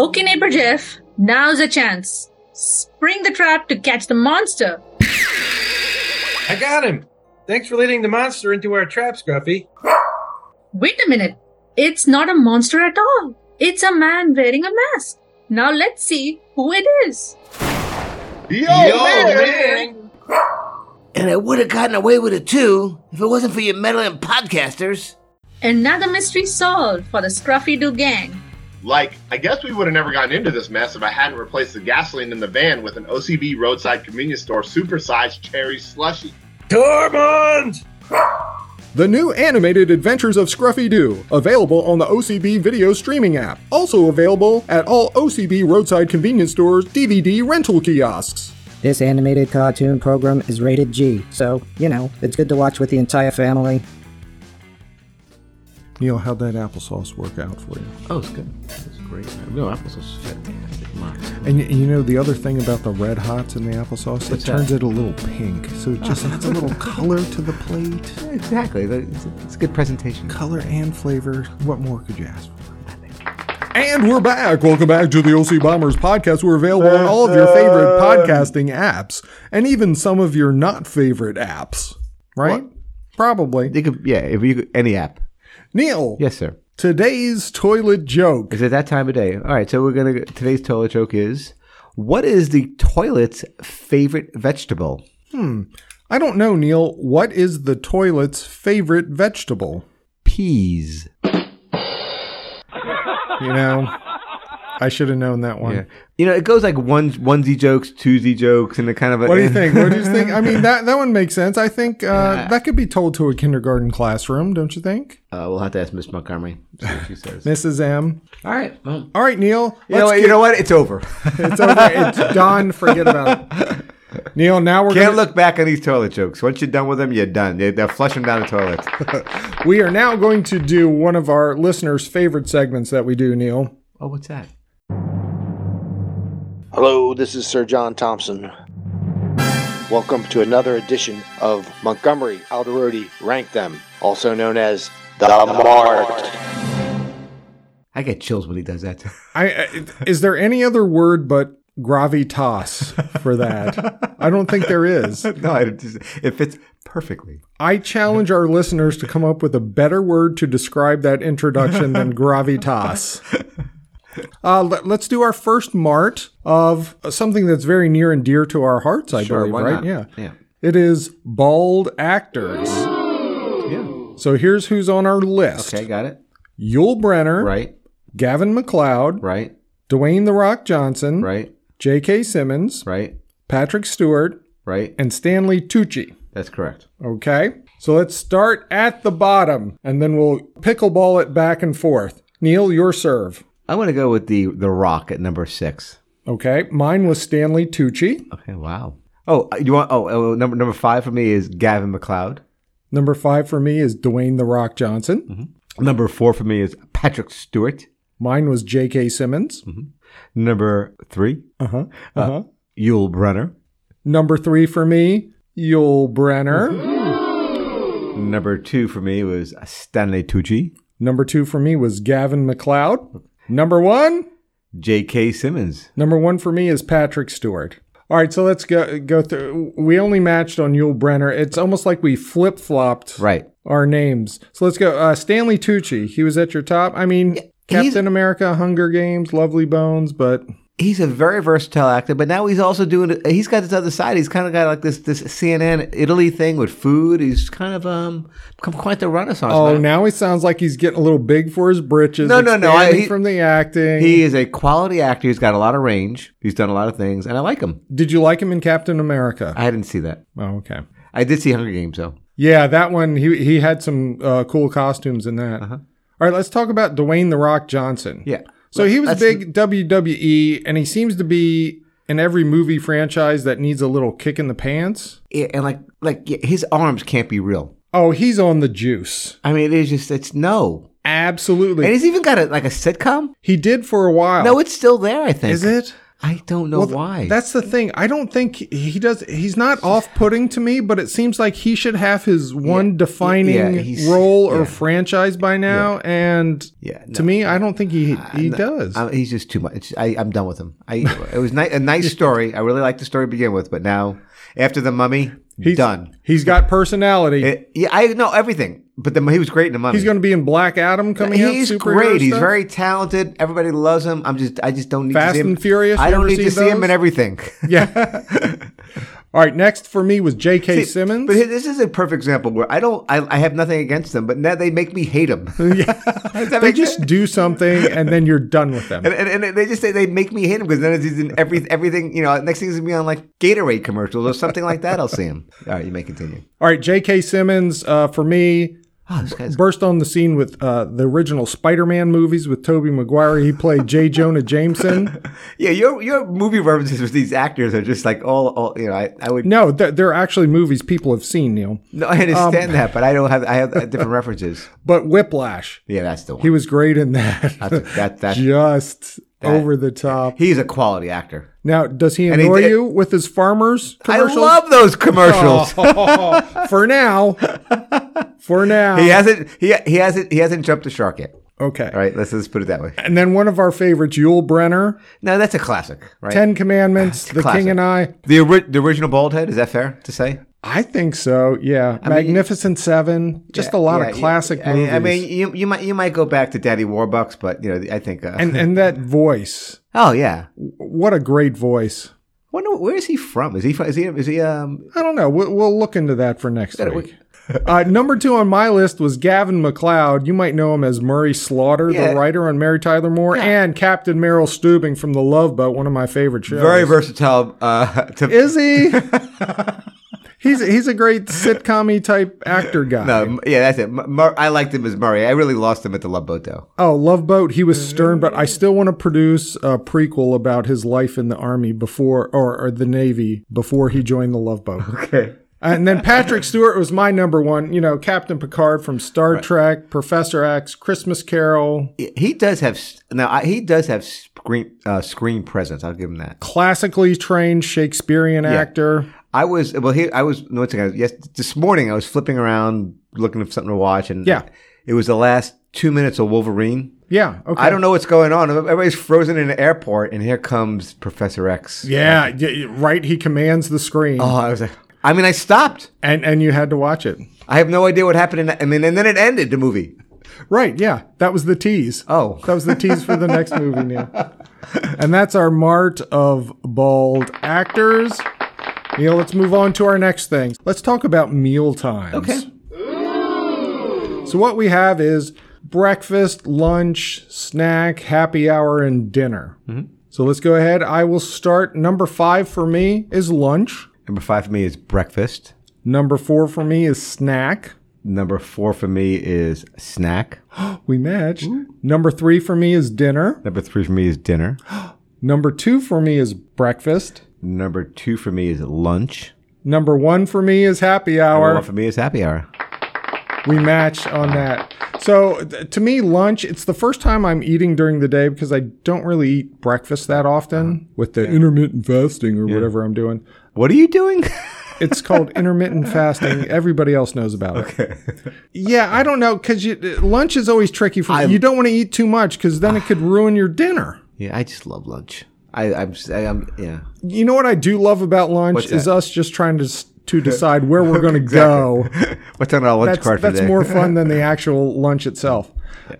[SPEAKER 6] Okay, neighbor Jeff, now's a chance. Spring the trap to catch the monster.
[SPEAKER 5] I got him. Thanks for leading the monster into our trap, Scruffy.
[SPEAKER 6] Wait a minute. It's not a monster at all. It's a man wearing a mask. Now let's see who it is.
[SPEAKER 2] Yo,
[SPEAKER 5] Yo,
[SPEAKER 2] man!
[SPEAKER 5] man.
[SPEAKER 7] And I would have gotten away with it too if it wasn't for you meddling podcasters.
[SPEAKER 6] Another mystery solved for the Scruffy Doo gang.
[SPEAKER 2] Like, I guess we would have never gotten into this mess if I hadn't replaced the gasoline in the van with an OCB roadside convenience store supersized cherry slushy.
[SPEAKER 5] Tormund!
[SPEAKER 3] the new animated Adventures of Scruffy Doo, available on the OCB video streaming app. Also available at all OCB roadside convenience stores, DVD rental kiosks.
[SPEAKER 1] This animated cartoon program is rated G, so, you know, it's good to watch with the entire family.
[SPEAKER 3] Neil, how'd that applesauce work out for you?
[SPEAKER 4] Oh, it's good. It's great. Man. No, apples are fantastic.
[SPEAKER 3] And y- you know the other thing about the red hots in the applesauce, it
[SPEAKER 4] What's that?
[SPEAKER 3] turns it a little pink, so it just adds a little color to the plate.
[SPEAKER 4] Exactly. It's a, it's a good presentation.
[SPEAKER 3] Color and flavor. What more could you ask for? And we're back. Welcome back to the OC Bombers podcast. We're available on all of your favorite podcasting apps, and even some of your not favorite apps. Right? Probably.
[SPEAKER 4] You could, yeah, if you could, any app.
[SPEAKER 3] Neil,
[SPEAKER 4] Yes, sir.
[SPEAKER 3] today's toilet joke.
[SPEAKER 4] Is it that time of day? All right, so we're gonna. go- Today's toilet joke is: What is the toilet's favorite vegetable?
[SPEAKER 3] I don't know, Neil. What is the toilet's favorite vegetable?
[SPEAKER 4] Peas.
[SPEAKER 3] You know, I should have known that one.
[SPEAKER 4] Yeah. You know, it goes like one onesie jokes, twosie jokes, and it kind of. A,
[SPEAKER 3] What do you think? What do you think? I mean, that that one makes sense. I think uh, that could be told to a kindergarten classroom, don't you think,
[SPEAKER 4] Uh, we'll have to ask Miss Montgomery. See what she says.
[SPEAKER 3] Mrs. M?
[SPEAKER 4] All right. Well,
[SPEAKER 3] All right, Neil.
[SPEAKER 4] you
[SPEAKER 3] let's
[SPEAKER 4] know, what, you
[SPEAKER 3] get-
[SPEAKER 4] know what? It's over.
[SPEAKER 3] It's over. It's done. Forget about it. Neil, now we're
[SPEAKER 4] Can't
[SPEAKER 3] gonna,
[SPEAKER 4] look back on these toilet jokes. Once you're done with them, you're done. They, they'll flush them down the toilet.
[SPEAKER 3] we are now going to do one of our listeners' favorite segments that we do, Neil.
[SPEAKER 4] oh, what's that?
[SPEAKER 8] Hello, this is Sir John Thompson. Welcome to another edition of Montgomery Alderodi Rank Them, also known as The Mart.
[SPEAKER 4] I get chills when he does that.
[SPEAKER 3] I, I is there any other word but gravitas for that? I don't think there is.
[SPEAKER 4] no, it, just, it fits perfectly.
[SPEAKER 3] I challenge our listeners to come up with a better word to describe that introduction than gravitas. Uh, let, us do our first mart of something that's very near and dear to our hearts, I
[SPEAKER 4] Sure,
[SPEAKER 3] believe,
[SPEAKER 4] why
[SPEAKER 3] right?
[SPEAKER 4] not?
[SPEAKER 3] Yeah.
[SPEAKER 4] Yeah.
[SPEAKER 3] It is bald actors.
[SPEAKER 4] Yeah.
[SPEAKER 3] So here's who's on our list
[SPEAKER 4] Okay, got it.
[SPEAKER 3] Yul Brenner,
[SPEAKER 4] Right,
[SPEAKER 3] Gavin McLeod,
[SPEAKER 4] right,
[SPEAKER 3] Dwayne The Rock Johnson,
[SPEAKER 4] right,
[SPEAKER 3] J.K. Simmons,
[SPEAKER 4] right,
[SPEAKER 3] Patrick Stewart,
[SPEAKER 4] right.
[SPEAKER 3] and Stanley Tucci.
[SPEAKER 4] That's correct.
[SPEAKER 3] Okay. So let's start at the bottom and then we'll pickleball it back and forth. Neil, your serve.
[SPEAKER 4] I'm going to go with the the Rock at number six.
[SPEAKER 3] Okay. Mine was Stanley Tucci.
[SPEAKER 4] Okay, wow. Oh, uh, you want? Oh, oh, number number five for me is Gavin McLeod.
[SPEAKER 3] Number five for me is Dwayne The Rock Johnson.
[SPEAKER 4] Number four for me is Patrick Stewart.
[SPEAKER 3] Mine was J.K. Simmons.
[SPEAKER 4] Number three,
[SPEAKER 3] Uh huh. Uh
[SPEAKER 4] uh-huh.
[SPEAKER 3] huh.
[SPEAKER 4] Yul Brenner.
[SPEAKER 3] Number three for me, Yul Brenner.
[SPEAKER 4] Number two for me was Stanley Tucci.
[SPEAKER 3] Number two for me was Gavin McLeod. Number one,
[SPEAKER 4] J.K. Simmons.
[SPEAKER 3] Number one for me is Patrick Stewart. All right, so let's go go through. We only matched on Yul Brenner. It's almost like we flip flopped
[SPEAKER 4] Right.
[SPEAKER 3] our names. So let's go. Uh, Stanley Tucci. He was at your top. I mean, Captain America, Hunger Games, Lovely Bones, but
[SPEAKER 4] He's a very versatile actor, but now he's also doing. He's got this other side. He's kind of got like this this CNN Italy thing with food. He's kind of um become quite the renaissance.
[SPEAKER 3] oh,
[SPEAKER 4] man.
[SPEAKER 3] now he sounds like he's getting a little big for his britches.
[SPEAKER 4] No, no, no, I-
[SPEAKER 3] expanding
[SPEAKER 4] he-
[SPEAKER 3] from the acting.
[SPEAKER 4] He is a quality actor. He's got a lot of range. He's done a lot of things, and I like him.
[SPEAKER 3] Did you like him in Captain America?
[SPEAKER 4] I didn't see that.
[SPEAKER 3] oh, okay.
[SPEAKER 4] I did see Hunger Games though.
[SPEAKER 3] Yeah, that one. He he had some uh, cool costumes in that. All right, let's talk about Dwayne the Rock Johnson.
[SPEAKER 4] Uh-huh. Yeah.
[SPEAKER 3] So he was
[SPEAKER 4] That's-
[SPEAKER 3] big WWE, and he seems to be in every movie franchise that needs a little kick in the pants.
[SPEAKER 4] Yeah, and like like yeah, his arms can't be real.
[SPEAKER 3] Oh, he's on the juice.
[SPEAKER 4] I mean, it is just it's no. And
[SPEAKER 3] Absolutely.
[SPEAKER 4] he's even got a like a sitcom.
[SPEAKER 3] He did for a while.
[SPEAKER 4] No, it's still there. I think.
[SPEAKER 3] Oh. is it?
[SPEAKER 4] I don't know
[SPEAKER 3] Well, th-
[SPEAKER 4] why.
[SPEAKER 3] That's the thing. I don't think he- he does. He's not off-putting to me, but it seems like he should have his one defining
[SPEAKER 4] yeah, he's-
[SPEAKER 3] role or
[SPEAKER 4] yeah.
[SPEAKER 3] franchise by now. And
[SPEAKER 4] Yeah,
[SPEAKER 3] to
[SPEAKER 4] no. Uh,
[SPEAKER 3] me, I don't think he he does.
[SPEAKER 4] I, he's just too much. I, I'm done with him. I it was ni- a nice story. I really liked the story to begin with, but now after the mummy,
[SPEAKER 3] he's
[SPEAKER 4] done.
[SPEAKER 3] He's got personality.
[SPEAKER 4] It- yeah, I know everything. But the, he was great in the mummy.
[SPEAKER 3] he's going to be in Black Adam coming out.
[SPEAKER 4] He's
[SPEAKER 3] superhero
[SPEAKER 4] great. He's
[SPEAKER 3] stuff?
[SPEAKER 4] very talented. Everybody loves him. I'm just I just don't need
[SPEAKER 3] Fast
[SPEAKER 4] to see him.
[SPEAKER 3] and Furious,
[SPEAKER 4] I
[SPEAKER 3] you
[SPEAKER 4] don't
[SPEAKER 3] ever
[SPEAKER 4] need to
[SPEAKER 3] see
[SPEAKER 4] see him
[SPEAKER 3] those?
[SPEAKER 4] in everything.
[SPEAKER 3] Yeah. All right. Next for me was J.K. Simmons.
[SPEAKER 4] But this is a perfect example where I don't I, I have nothing against them, but now they make me hate them.
[SPEAKER 3] they just do something and then you're done with them.
[SPEAKER 4] And, and, and they just say they make me hate him because then he's in every, everything, you know, next thing he's going to be on like Gatorade commercials or something like that. I'll see him. All right, you may continue.
[SPEAKER 3] All right. J.K. Simmons uh, for me
[SPEAKER 4] Oh, this guy's.
[SPEAKER 3] burst on the scene with uh, the original Spider-Man movies with Tobey Maguire. He played J. Jonah Jameson.
[SPEAKER 4] Yeah, your your movie references with these actors are just like all, all you know, I, I would.
[SPEAKER 3] No, th- they're actually movies people have seen, Neil.
[SPEAKER 4] No, I
[SPEAKER 3] um,
[SPEAKER 4] understand that, but I don't have, I have uh, different references.
[SPEAKER 3] But Whiplash,
[SPEAKER 4] Yeah, that's the one.
[SPEAKER 3] he was great in that.
[SPEAKER 4] That's- that- that-
[SPEAKER 3] Just
[SPEAKER 4] that-
[SPEAKER 3] over the top.
[SPEAKER 4] He's a quality actor.
[SPEAKER 3] Now, does he
[SPEAKER 4] And he
[SPEAKER 3] annoy
[SPEAKER 4] did-
[SPEAKER 3] you with his farmers
[SPEAKER 4] I
[SPEAKER 3] commercials?
[SPEAKER 4] love those commercials.
[SPEAKER 3] for now. For now.
[SPEAKER 4] He hasn't he, he hasn't he hasn't jumped the shark yet.
[SPEAKER 3] Okay.
[SPEAKER 4] All right, let's let's put it that way.
[SPEAKER 3] And then one of our favorites, Yul Brenner,
[SPEAKER 4] No, that's a classic, right? Ah,
[SPEAKER 3] Ten Commandments, The
[SPEAKER 4] classic.
[SPEAKER 3] King and I.
[SPEAKER 4] The ori- the original bald head is that fair to say?
[SPEAKER 3] I think so. Yeah. Magnificent Seven. Just a lot
[SPEAKER 4] Yeah,
[SPEAKER 3] of classic
[SPEAKER 4] yeah, I mean-
[SPEAKER 3] movies.
[SPEAKER 4] I mean, you you might you might go back to Daddy Warbucks, but you know I think. Uh,
[SPEAKER 3] and and that voice.
[SPEAKER 4] oh yeah,
[SPEAKER 3] What a great voice.
[SPEAKER 4] wonder where is he from? Is he from, is he is he um?
[SPEAKER 3] I don't know. We'll, we'll look into that for next
[SPEAKER 4] Gotta
[SPEAKER 3] week. uh, number two on my list was Gavin McLeod. You might know him as Murray Slaughter,
[SPEAKER 4] Yeah.
[SPEAKER 3] the writer on Mary Tyler Moore, and Captain Merrill Steubing from The Love Boat, one of my favorite shows.
[SPEAKER 4] Very versatile. Uh, to,
[SPEAKER 3] Is he? he's he's a great sitcom type actor guy.
[SPEAKER 4] no, m- yeah, that's it. M- Mur- I liked him as Murray. I really lost him at the Love Boat though.
[SPEAKER 3] Oh, Love Boat. He was stern, but
[SPEAKER 4] Mm.
[SPEAKER 3] I still want to produce a prequel about his life in the army before, or, or the navy before he joined the Love Boat.
[SPEAKER 4] Okay.
[SPEAKER 3] And then Patrick Stewart was my number one. You know, Captain Picard from Star Trek, Professor X, Christmas Carol,
[SPEAKER 4] He does have s- now. I, he does have screen uh, screen presence. I'll give him that.
[SPEAKER 3] classically trained Shakespearean actor.
[SPEAKER 4] I was well. Here I was. No, it's okay. Yes, this morning I was flipping around looking for something to watch, and
[SPEAKER 3] Yeah.
[SPEAKER 4] It was the last two minutes of Wolverine.
[SPEAKER 3] Yeah. Okay.
[SPEAKER 4] I don't know what's going on. Everybody's frozen in an airport, and here comes Professor X.
[SPEAKER 3] Yeah. y- y- Right. He commands the screen,
[SPEAKER 4] Oh, I was like, I mean, I stopped.
[SPEAKER 3] and and you had to watch it.
[SPEAKER 4] I have no idea what happened. In that. I mean, and then it ended the movie.
[SPEAKER 3] Right. Yeah. That was the tease.
[SPEAKER 4] Oh.
[SPEAKER 3] That was the tease for the next movie. Neil. And that's our mart of bald actors. Neil, let's move on to our next thing. Let's talk about meal times.
[SPEAKER 4] Okay.
[SPEAKER 3] So what we have is breakfast, lunch, snack, happy hour, and dinner.
[SPEAKER 4] Mm-hmm.
[SPEAKER 3] So let's go ahead. I will start. Number five for me is lunch.
[SPEAKER 4] Number five for me is breakfast.
[SPEAKER 3] Number four for me is snack.
[SPEAKER 4] Number four for me is snack.
[SPEAKER 3] We matched. Number three for me is dinner.
[SPEAKER 4] Number three for me is dinner.
[SPEAKER 3] Number two for me is breakfast.
[SPEAKER 4] Number two for me is lunch.
[SPEAKER 3] Number one for me is happy
[SPEAKER 4] Number one
[SPEAKER 3] hour.
[SPEAKER 4] for me is happy hour.
[SPEAKER 3] We match on that. So th- to me, lunch, it's the first time I'm eating during the day because I don't really eat breakfast that often
[SPEAKER 4] Uh-huh.
[SPEAKER 3] with the intermittent fasting or whatever I'm doing.
[SPEAKER 4] What are you doing?
[SPEAKER 3] It's called intermittent fasting. Everybody else knows about it. Yeah, I don't know because lunch is always tricky for you. Don't want to eat too much because then it could ruin your dinner.
[SPEAKER 4] yeah, I just love lunch. I, I'm, s- I, am yeah.
[SPEAKER 3] You know what I do love about lunch
[SPEAKER 4] What's
[SPEAKER 3] is
[SPEAKER 4] that?
[SPEAKER 3] us just trying to s- to decide where we're going to go.
[SPEAKER 4] What's on our lunch
[SPEAKER 3] That's
[SPEAKER 4] card for
[SPEAKER 3] that's
[SPEAKER 4] today?
[SPEAKER 3] more fun than the actual lunch itself.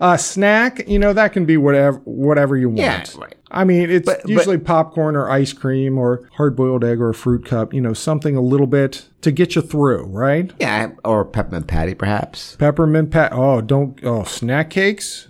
[SPEAKER 3] Uh, snack, you know, that can be whatever whatever you want.
[SPEAKER 4] Yeah, right.
[SPEAKER 3] I mean, it's
[SPEAKER 4] But- but-
[SPEAKER 3] usually popcorn or ice cream or hard boiled egg or a fruit cup. You know, something a little bit to get you through, right?
[SPEAKER 4] yeah, or peppermint patty, perhaps.
[SPEAKER 3] Peppermint pat. Oh, don't. Oh, snack cakes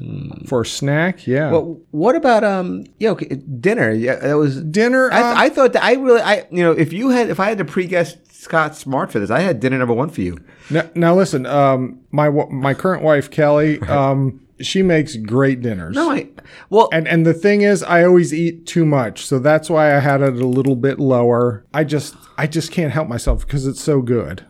[SPEAKER 3] for a snack. Yeah.
[SPEAKER 4] Hmm. Well, what about um, yo, okay, dinner? Yeah, that was
[SPEAKER 3] dinner.
[SPEAKER 4] I,
[SPEAKER 3] um,
[SPEAKER 4] I thought that I really, I you know, if you had, if I had to pre-guess Scott Smart for this, I had dinner number one for you.
[SPEAKER 3] Now, now listen, um, my wa- my current wife Kelly, um, she makes great dinners.
[SPEAKER 4] No, I, well,
[SPEAKER 3] and and the thing is, I always eat too much, so that's why I had it a little bit lower. I just I just can't help myself because it's so good.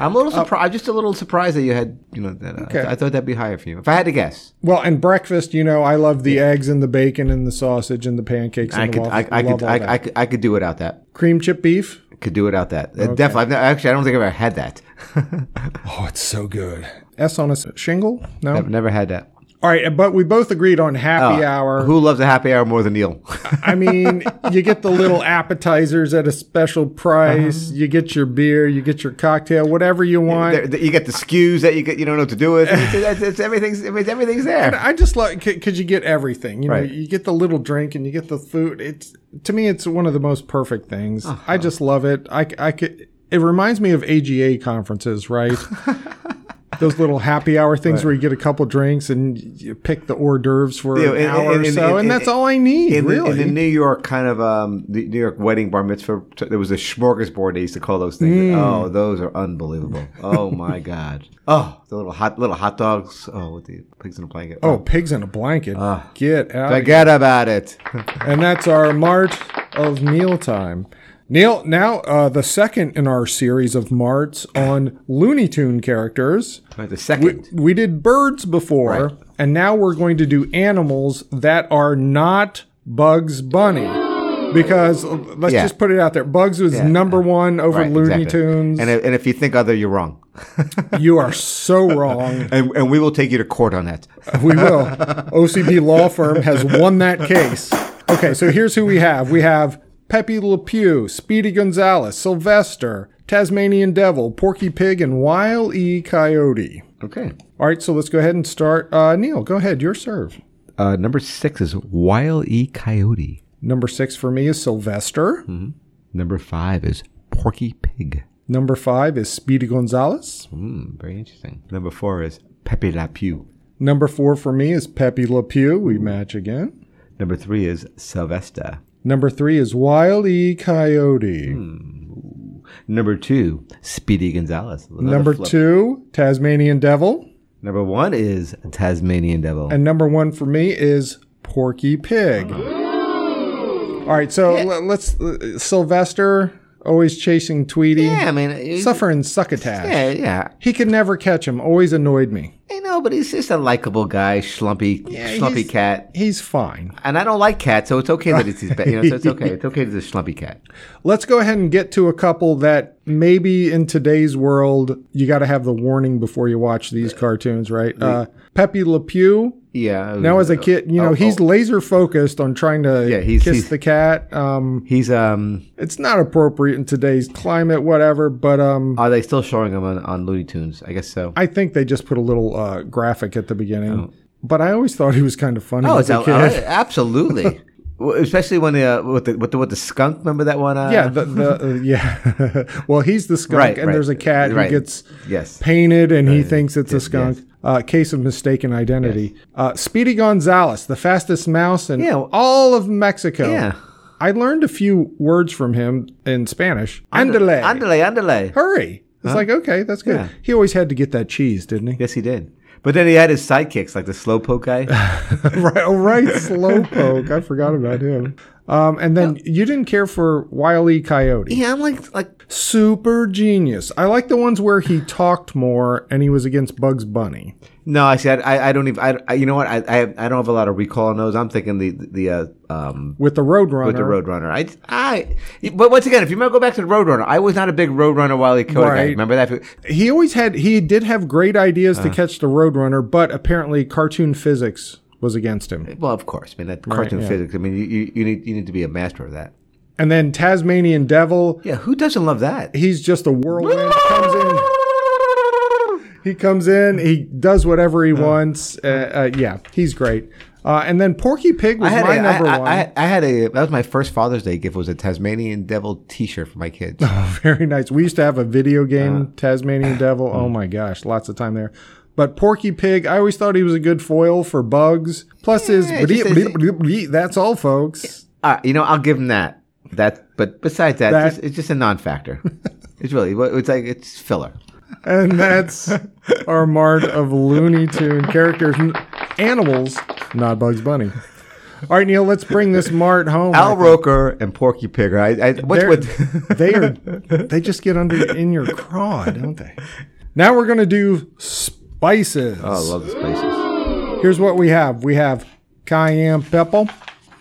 [SPEAKER 4] I'm a little surprised. I'm just a little surprised that you had, you know, that. Uh,
[SPEAKER 3] Okay.
[SPEAKER 4] I thought that'd be higher for you. If I had to guess,
[SPEAKER 3] Well, and breakfast, you know, I love the eggs and the bacon and the sausage and the pancakes. And
[SPEAKER 4] I
[SPEAKER 3] the
[SPEAKER 4] could, I,
[SPEAKER 3] waffles.
[SPEAKER 4] I
[SPEAKER 3] love
[SPEAKER 4] could,
[SPEAKER 3] all
[SPEAKER 4] I,
[SPEAKER 3] that.
[SPEAKER 4] I could, I could do without that.
[SPEAKER 3] cream chip beef.
[SPEAKER 4] Could do without that. Uh, Definitely. I've never, actually, I don't think I've ever had that.
[SPEAKER 3] Oh, it's so good. S on a s- shingle? No.
[SPEAKER 4] I've never had that.
[SPEAKER 3] All right, but we both agreed on happy
[SPEAKER 4] Uh,
[SPEAKER 3] hour.
[SPEAKER 4] Who loves a happy hour more than Neil?
[SPEAKER 3] I mean, you get the little appetizers at a special price. You get your beer, you get your cocktail, whatever you want.
[SPEAKER 4] Uh-huh. There- there- you get the skews that you get. You don't know what to do with. It's, it's, it's everything's. It's, everything's there.
[SPEAKER 3] I just like because you get everything. You know,
[SPEAKER 4] Right.
[SPEAKER 3] you get the little drink and you get the food. It's to me, it's one of the most perfect things. I just love it. I, c- I could. It reminds me of AGA conferences, right? Those little happy hour things where you get a couple drinks and you pick the hors d'oeuvres for
[SPEAKER 4] Yeah,
[SPEAKER 3] an
[SPEAKER 4] in-
[SPEAKER 3] hour
[SPEAKER 4] in-
[SPEAKER 3] or
[SPEAKER 4] in-
[SPEAKER 3] so,
[SPEAKER 4] in-
[SPEAKER 3] and that's all I need,
[SPEAKER 4] In, the-
[SPEAKER 3] really.
[SPEAKER 4] in the New York kind of um, the New York wedding bar mitzvah, t- there was a smorgasbord they used to call those
[SPEAKER 3] Hmm.
[SPEAKER 4] things. Oh, those are unbelievable. Oh my god. Oh, the little hot little hot dogs. Oh, with the pigs in a blanket.
[SPEAKER 3] oh, pigs in a blanket. get out! of
[SPEAKER 4] forget about it.
[SPEAKER 3] And that's our mart of mealtime. Neil, now uh, the second in our series of marts on Looney Tune characters.
[SPEAKER 4] Right, the
[SPEAKER 3] We,
[SPEAKER 4] second.
[SPEAKER 3] we did birds before,
[SPEAKER 4] Right.
[SPEAKER 3] and now we're going to do animals that are not Bugs Bunny. Because uh, let's
[SPEAKER 4] Yeah.
[SPEAKER 3] just put it out there Bugs was number one over
[SPEAKER 4] Right,
[SPEAKER 3] Looney
[SPEAKER 4] exactly.
[SPEAKER 3] Tunes.
[SPEAKER 4] And, if- and if you think other, you're wrong.
[SPEAKER 3] you are so wrong.
[SPEAKER 4] And, and we will take you to court on that.
[SPEAKER 3] We will. OCB Law Firm has won that case. Okay, so here's who we have. We have Pepe Le Pew, Speedy Gonzalez, Sylvester, Tasmanian Devil, Porky Pig, and Wile E. Coyote.
[SPEAKER 4] Okay.
[SPEAKER 3] All right, so let's go ahead and start. Uh, Neil, go ahead. Your serve.
[SPEAKER 4] Uh, number six is Wile E. Coyote.
[SPEAKER 3] Number six for me is Sylvester.
[SPEAKER 4] Number five is Porky Pig.
[SPEAKER 3] Number five is Speedy Gonzalez.
[SPEAKER 4] Hmm, very interesting. Number four is Pepe La Pew.
[SPEAKER 3] Number four for me is Pepe Le Pew. We match again.
[SPEAKER 4] Number three is Sylvester.
[SPEAKER 3] Number three is Wile E. Coyote.
[SPEAKER 4] Hmm, Number two, Speedy Gonzalez. Another
[SPEAKER 3] Number
[SPEAKER 4] flip.
[SPEAKER 3] two, Tasmanian Devil.
[SPEAKER 4] Number one is Tasmanian Devil.
[SPEAKER 3] And number one for me is Porky Pig. All right, so le- let's uh, Sylvester always chasing Tweety,
[SPEAKER 4] yeah, I mean, it-
[SPEAKER 3] suffering succotash.
[SPEAKER 4] yeah, yeah.
[SPEAKER 3] He could never catch him. Always annoyed me.
[SPEAKER 4] You know, No, but he's just a likable guy, schlumpy,
[SPEAKER 3] Yeah,
[SPEAKER 4] schlumpy
[SPEAKER 3] he's-
[SPEAKER 4] cat.
[SPEAKER 3] He's fine.
[SPEAKER 4] And I don't like cats, so it's okay that it's his bad. You know, so it's okay. It's okay that it's a schlumpy cat.
[SPEAKER 3] Let's go ahead and get to a couple that maybe in today's world you got to have the warning before you watch these cartoons, right? Uh, Pepe Le Pew.
[SPEAKER 4] Yeah.
[SPEAKER 3] Now as a kid, you know
[SPEAKER 4] Oh,
[SPEAKER 3] he's
[SPEAKER 4] oh.
[SPEAKER 3] laser focused on trying to
[SPEAKER 4] Yeah, he's-
[SPEAKER 3] kiss
[SPEAKER 4] he's-
[SPEAKER 3] the cat. Um,
[SPEAKER 4] He's um.
[SPEAKER 3] it's not appropriate in today's climate, whatever. But um,
[SPEAKER 4] Are they still showing him on, on Looney Tunes? I guess so.
[SPEAKER 3] I think they just put a little uh, graphic at the beginning. But I always thought he was kind of funny
[SPEAKER 4] Oh,
[SPEAKER 3] as
[SPEAKER 4] it's
[SPEAKER 3] a
[SPEAKER 4] out,
[SPEAKER 3] kid.
[SPEAKER 4] absolutely. Well, Especially when the uh, with the with the, with the skunk. Remember that one? Uh,
[SPEAKER 3] yeah, the, the uh, yeah. well, he's the skunk,
[SPEAKER 4] Right,
[SPEAKER 3] and
[SPEAKER 4] right,
[SPEAKER 3] there's a cat
[SPEAKER 4] right.
[SPEAKER 3] who gets
[SPEAKER 4] yes.
[SPEAKER 3] painted and he thinks it's a skunk. Uh, case of mistaken identity. Uh, Speedy Gonzales, the fastest mouse in
[SPEAKER 4] Yeah, well-
[SPEAKER 3] all of Mexico.
[SPEAKER 4] Yeah.
[SPEAKER 3] I learned a few words from him in Spanish. Andale.
[SPEAKER 4] Andale, andale.
[SPEAKER 3] Hurry. It's like, okay, that's good.
[SPEAKER 4] Yeah.
[SPEAKER 3] He always had to get that cheese, didn't he?
[SPEAKER 4] Yes, he did. But then he had his sidekicks, like the slowpoke guy.
[SPEAKER 3] right, oh, right, Slowpoke. I forgot about him. Um, and then you didn't care for Wile E. Coyote.
[SPEAKER 4] yeah, I'm like like
[SPEAKER 3] Super genius. I like the ones where he talked more and he was against Bugs Bunny.
[SPEAKER 4] No, I see. I, I, I don't even. I, I, you know what? I, I, have- I don't have a lot of recall on those. I'm thinking the the uh, um
[SPEAKER 3] With the Roadrunner.
[SPEAKER 4] with the Roadrunner. I, I. But once again, if you remember, go back to the Roadrunner. I was not a big Roadrunner Wile E. Coyote guy.
[SPEAKER 3] Right.
[SPEAKER 4] Remember that?
[SPEAKER 3] he always had he did have great ideas
[SPEAKER 4] Uh-huh.
[SPEAKER 3] to catch the roadrunner but apparently cartoon physics was against him
[SPEAKER 4] Well, of course. I mean, that cartoon
[SPEAKER 3] yeah.
[SPEAKER 4] physics. I mean, you, you, you need you need to be a master of that.
[SPEAKER 3] and then tasmanian devil
[SPEAKER 4] Yeah, who doesn't love that?
[SPEAKER 3] he's just a whirlwind comes in he comes in he does whatever
[SPEAKER 4] Uh-huh.
[SPEAKER 3] he wants uh, uh, yeah he's great uh, and then porky pig
[SPEAKER 4] I
[SPEAKER 3] was
[SPEAKER 4] had
[SPEAKER 3] my
[SPEAKER 4] a, I-
[SPEAKER 3] number
[SPEAKER 4] I-
[SPEAKER 3] one
[SPEAKER 4] I, I had a that was my first Father's Day gift was a Tasmanian Devil T-shirt for my kids.
[SPEAKER 3] very nice we used to have a video game
[SPEAKER 4] Uh-huh.
[SPEAKER 3] tasmanian devil oh my gosh lots of time there but Porky Pig, I always thought he was a good foil for bugs. Plus, his
[SPEAKER 4] Yeah, just
[SPEAKER 3] that's all, folks.
[SPEAKER 4] Uh, you know, I'll give him that. That, but besides that,
[SPEAKER 3] That-
[SPEAKER 4] just, it's just a non-factor. it's really, it's like it's filler.
[SPEAKER 3] And that's our mart of Looney Tune characters, n- animals, not Bugs Bunny. All right, Neil, let's bring this mart home.
[SPEAKER 4] Al Roker and Porky Pig. are- I, I, what's
[SPEAKER 3] They're-
[SPEAKER 4] with
[SPEAKER 3] they are they just get under in your craw, don't they? Now we're gonna do spices.
[SPEAKER 4] Oh, I love the spices.
[SPEAKER 3] Here's what we have: we have cayenne pepper,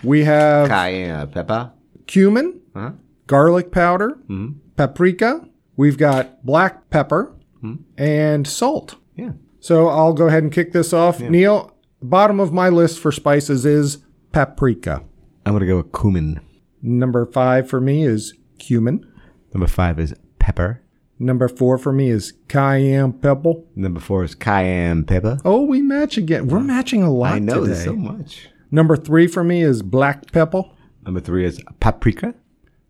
[SPEAKER 3] we have
[SPEAKER 4] Cayenne uh, pepper.
[SPEAKER 3] cumin,
[SPEAKER 4] Huh?
[SPEAKER 3] garlic powder,
[SPEAKER 4] Mm-hmm.
[SPEAKER 3] paprika. We've got black pepper
[SPEAKER 4] Mm-hmm.
[SPEAKER 3] and salt.
[SPEAKER 4] Yeah.
[SPEAKER 3] So I'll go ahead and kick this off. Neil, bottom of my list for spices is paprika.
[SPEAKER 4] I'm gonna go with cumin.
[SPEAKER 3] Number five for me is cumin.
[SPEAKER 4] Number five is pepper.
[SPEAKER 3] Number four for me is cayenne pepper.
[SPEAKER 4] Number four is cayenne pepper.
[SPEAKER 3] Oh, we match again. We're matching a lot
[SPEAKER 4] I know
[SPEAKER 3] today.
[SPEAKER 4] there's so much.
[SPEAKER 3] Number three for me is black pepper.
[SPEAKER 4] Number three is paprika.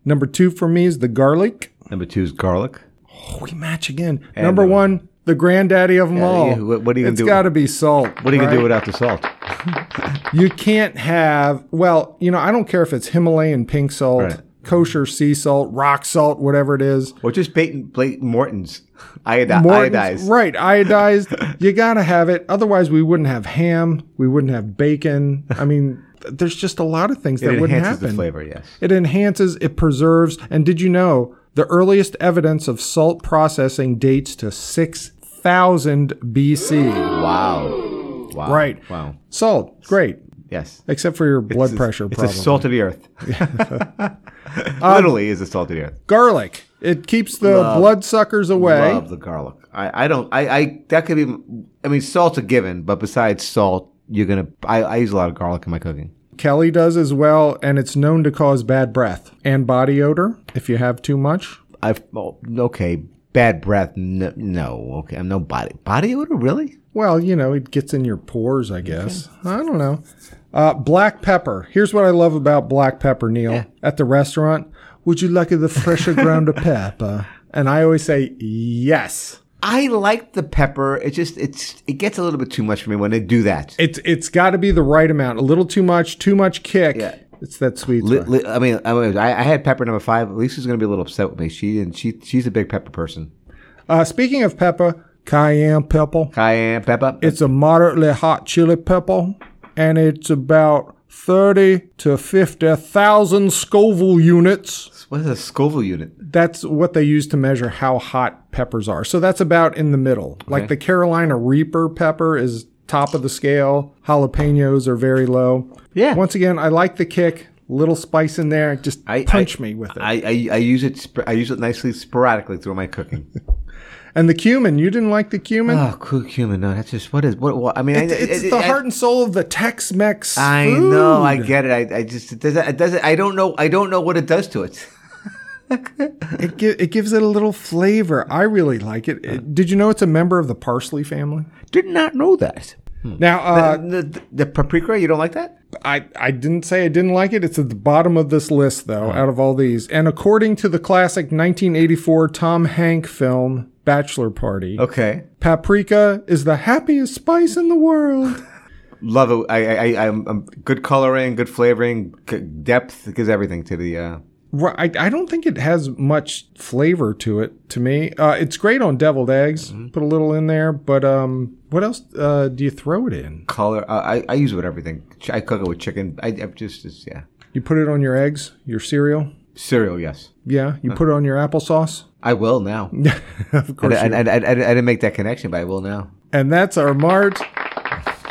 [SPEAKER 3] Number two for me is the garlic.
[SPEAKER 4] Number two is garlic.
[SPEAKER 3] Oh, we match again.
[SPEAKER 4] And
[SPEAKER 3] Number
[SPEAKER 4] the-
[SPEAKER 3] one, the granddaddy of them
[SPEAKER 4] Yeah,
[SPEAKER 3] all.
[SPEAKER 4] yeah, what- what are you gonna
[SPEAKER 3] It's
[SPEAKER 4] do-
[SPEAKER 3] got to be salt.
[SPEAKER 4] What are you gonna do
[SPEAKER 3] right?
[SPEAKER 4] without the salt?
[SPEAKER 3] You can't have, well, you know, I don't care if it's Himalayan pink salt,
[SPEAKER 4] Right.
[SPEAKER 3] kosher sea salt, rock salt, whatever it is.
[SPEAKER 4] Or just bait, bait Morton's iodized.
[SPEAKER 3] Morton's-
[SPEAKER 4] iodized.
[SPEAKER 3] Right, iodized. you got to have it. Otherwise, we wouldn't have ham. We wouldn't have bacon. I mean, th- there's just a lot of things
[SPEAKER 4] It
[SPEAKER 3] that wouldn't
[SPEAKER 4] enhances
[SPEAKER 3] happen.
[SPEAKER 4] the flavor. Yes.
[SPEAKER 3] It enhances, it preserves. And did you know the earliest evidence of salt processing dates to 6000 BC?
[SPEAKER 4] Wow. Wow.
[SPEAKER 3] Right.
[SPEAKER 4] Wow.
[SPEAKER 3] Salt, great,
[SPEAKER 4] Yes.
[SPEAKER 3] except for your blood pressure Um,
[SPEAKER 4] It's
[SPEAKER 3] problem.
[SPEAKER 4] a salt of the earth. Literally is a salt of the earth.
[SPEAKER 3] Garlic. It keeps the bloodsuckers away.
[SPEAKER 4] Love the garlic. I, I don't. I, I that could be. I mean, salt's a given, but besides salt, you're gonna. I, I use a lot of garlic in my cooking.
[SPEAKER 3] Kelly does as well, and it's known to cause bad breath and body odor if you have too much.
[SPEAKER 4] I've oh, okay. Bad breath. No, no. Okay. I'm no body body odor. Really?
[SPEAKER 3] Well, you know, it gets in your pores, I guess. I don't know. Uh, black pepper. Here's what I love about black pepper, Neil. At the restaurant, would you like the fresher ground of pepper? And I always say yes.
[SPEAKER 4] I like the pepper. It just it's it gets a little bit too much for me when they do that.
[SPEAKER 3] It's it's got to be the right amount. A little too much, too much kick.
[SPEAKER 4] Yeah.
[SPEAKER 3] It's that sweet.
[SPEAKER 4] Li-
[SPEAKER 3] spot.
[SPEAKER 4] li- I mean, I, mean, I I had pepper number five. Lisa's gonna be a little upset with me. She and she she's a big pepper person.
[SPEAKER 3] uh, speaking of pepper, cayenne pepper.
[SPEAKER 4] Cayenne pepper.
[SPEAKER 3] It's a moderately hot chili pepper, and it's about thirty to fifty thousand Scoville units.
[SPEAKER 4] What is a Scoville unit?
[SPEAKER 3] That's what they use to measure how hot peppers are. So that's about in the middle. Like the Carolina Reaper pepper is top of the scale. Jalapenos are very low.
[SPEAKER 4] Yeah.
[SPEAKER 3] Once again, I like the kick. Little spice in there. Just
[SPEAKER 4] I-
[SPEAKER 3] punch
[SPEAKER 4] I-
[SPEAKER 3] me with it.
[SPEAKER 4] I, I, I use it. Sp- I use it nicely sporadically through my cooking.
[SPEAKER 3] and the cumin. You didn't like the cumin?
[SPEAKER 4] oh, cool cumin. No, that's just what is what. what I mean,
[SPEAKER 3] It-
[SPEAKER 4] I,
[SPEAKER 3] it's
[SPEAKER 4] I-
[SPEAKER 3] the
[SPEAKER 4] I-
[SPEAKER 3] heart and soul of the Tex-Mex.
[SPEAKER 4] I know. I
[SPEAKER 3] food.
[SPEAKER 4] get it. I, I just it doesn't. It doesn't. I don't know. I don't know what it does to it.
[SPEAKER 3] It, gi- it gives it a little flavor. I really like it. It- Did you know it's a member of the parsley family?
[SPEAKER 4] Did not know that.
[SPEAKER 3] Now, uh,
[SPEAKER 4] the, the, the paprika. You don't like that?
[SPEAKER 3] I, I didn't say I didn't like it. It's at the bottom of this list, though, out of all these. And according to the classic 1984 Tom Hank film, Bachelor Party,
[SPEAKER 4] Okay.
[SPEAKER 3] paprika is the happiest spice in the world.
[SPEAKER 4] Love it. I, I, I I'm, I'm good coloring, good flavoring, g- depth. It gives everything to the. Uh,
[SPEAKER 3] Ri- I, I don't think it has much flavor to it, to me. Uh, it's great on deviled eggs. Put a little in there. But um, what else uh, do you throw it in?
[SPEAKER 4] color. Uh, I, I use it with everything. Ch- I cook it with chicken. I, I just, just yeah.
[SPEAKER 3] You put it on your eggs, your cereal.
[SPEAKER 4] Cereal, yes.
[SPEAKER 3] Yeah, you put it on your applesauce.
[SPEAKER 4] I will now.
[SPEAKER 3] of
[SPEAKER 4] I,
[SPEAKER 3] course.
[SPEAKER 4] I,
[SPEAKER 3] you-
[SPEAKER 4] I, I, I didn't make that connection, but I will now.
[SPEAKER 3] and that's our mart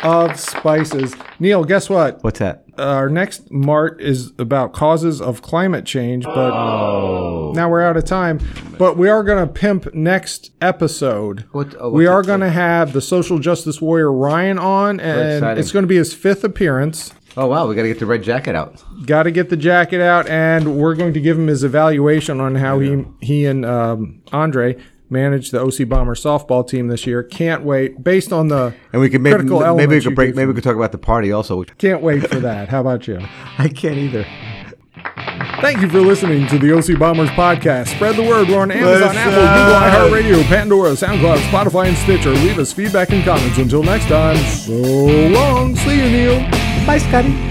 [SPEAKER 3] of spices. Neil, guess what?
[SPEAKER 4] What's that?
[SPEAKER 3] Our next mart is about causes of climate change, but
[SPEAKER 4] Oh.
[SPEAKER 3] now we're out of time. But we are going to pimp next episode.
[SPEAKER 4] What- oh,
[SPEAKER 3] we
[SPEAKER 4] what-
[SPEAKER 3] are going to have the social justice warrior Ryan on, and
[SPEAKER 4] exciting.
[SPEAKER 3] it's going to be his fifth appearance.
[SPEAKER 4] Oh wow, we got to get the red jacket out.
[SPEAKER 3] Got to get the jacket out, and we're going to give him his evaluation on how he he and um, Andre managed the OC Bomber softball team this year. Can't wait. Based on the
[SPEAKER 4] And we could maybe
[SPEAKER 3] Critical
[SPEAKER 4] maybe we
[SPEAKER 3] elements you
[SPEAKER 4] could break.
[SPEAKER 3] gave
[SPEAKER 4] Maybe we
[SPEAKER 3] them.
[SPEAKER 4] could talk about the party also. which-
[SPEAKER 3] can't wait for that. How about you?
[SPEAKER 4] I can't either.
[SPEAKER 3] Thank you for listening to the OC Bombers podcast. Spread the word. We're on Amazon,
[SPEAKER 4] Listen.
[SPEAKER 3] Apple, Google, iHeartRadio, Pandora, SoundCloud, Spotify, and Stitcher. Leave us feedback and comments. Until next time, so long. See you, Neil.
[SPEAKER 4] Bye, Scotty.